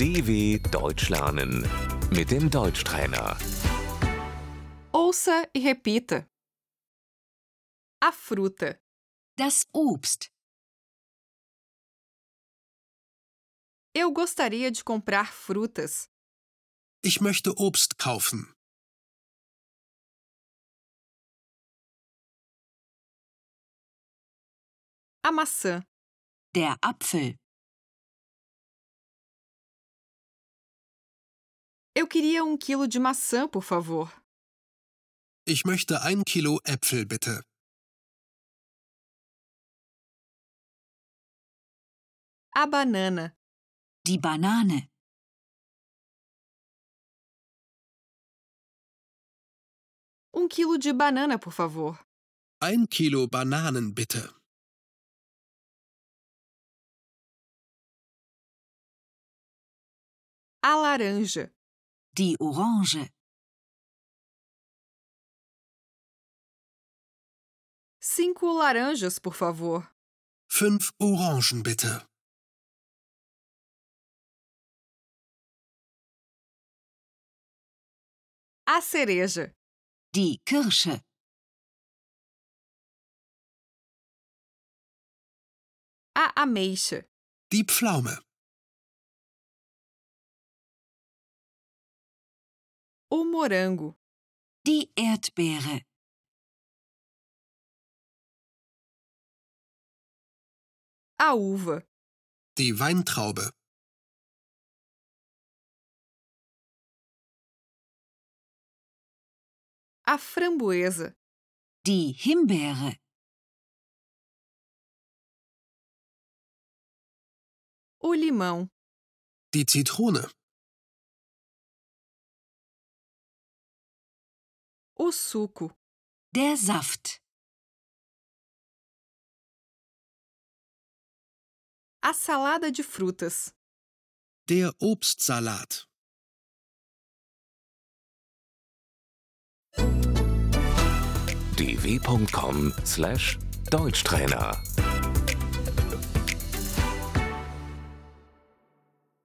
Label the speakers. Speaker 1: DW Deutsch lernen mit dem Deutschtrainer.
Speaker 2: Ouça e repita. A fruta,
Speaker 3: Das Obst.
Speaker 2: eu gostaria de comprar frutas.
Speaker 4: Ich möchte Obst kaufen.
Speaker 2: A maçã,
Speaker 3: Der Apfel.
Speaker 2: eu queria um quilo de maçã, por favor.
Speaker 4: Ich möchte ein Kilo Äpfel bitte.
Speaker 2: A banana,
Speaker 3: Die Banane.
Speaker 2: um quilo de banana, por favor.
Speaker 4: Ein Kilo Bananen bitte.
Speaker 2: A laranja,
Speaker 3: Die Orange.
Speaker 2: cinco laranjas, por favor.
Speaker 4: Fünf Orangen bitte.
Speaker 2: A cereja,
Speaker 3: Die Kirsche.
Speaker 2: a ameixa,
Speaker 4: Die Pflaume.
Speaker 2: o morango,
Speaker 3: Die Erdbeere.
Speaker 2: a uva,
Speaker 4: Die Weintraube.
Speaker 2: a framboesa,
Speaker 3: Die Himbeere.
Speaker 2: o limão,
Speaker 4: Die Zitrone.
Speaker 2: o suco,
Speaker 3: Der Saft.
Speaker 2: a salada de frutas.
Speaker 4: Der Obstsalat.
Speaker 1: dw.com/deutschtrainer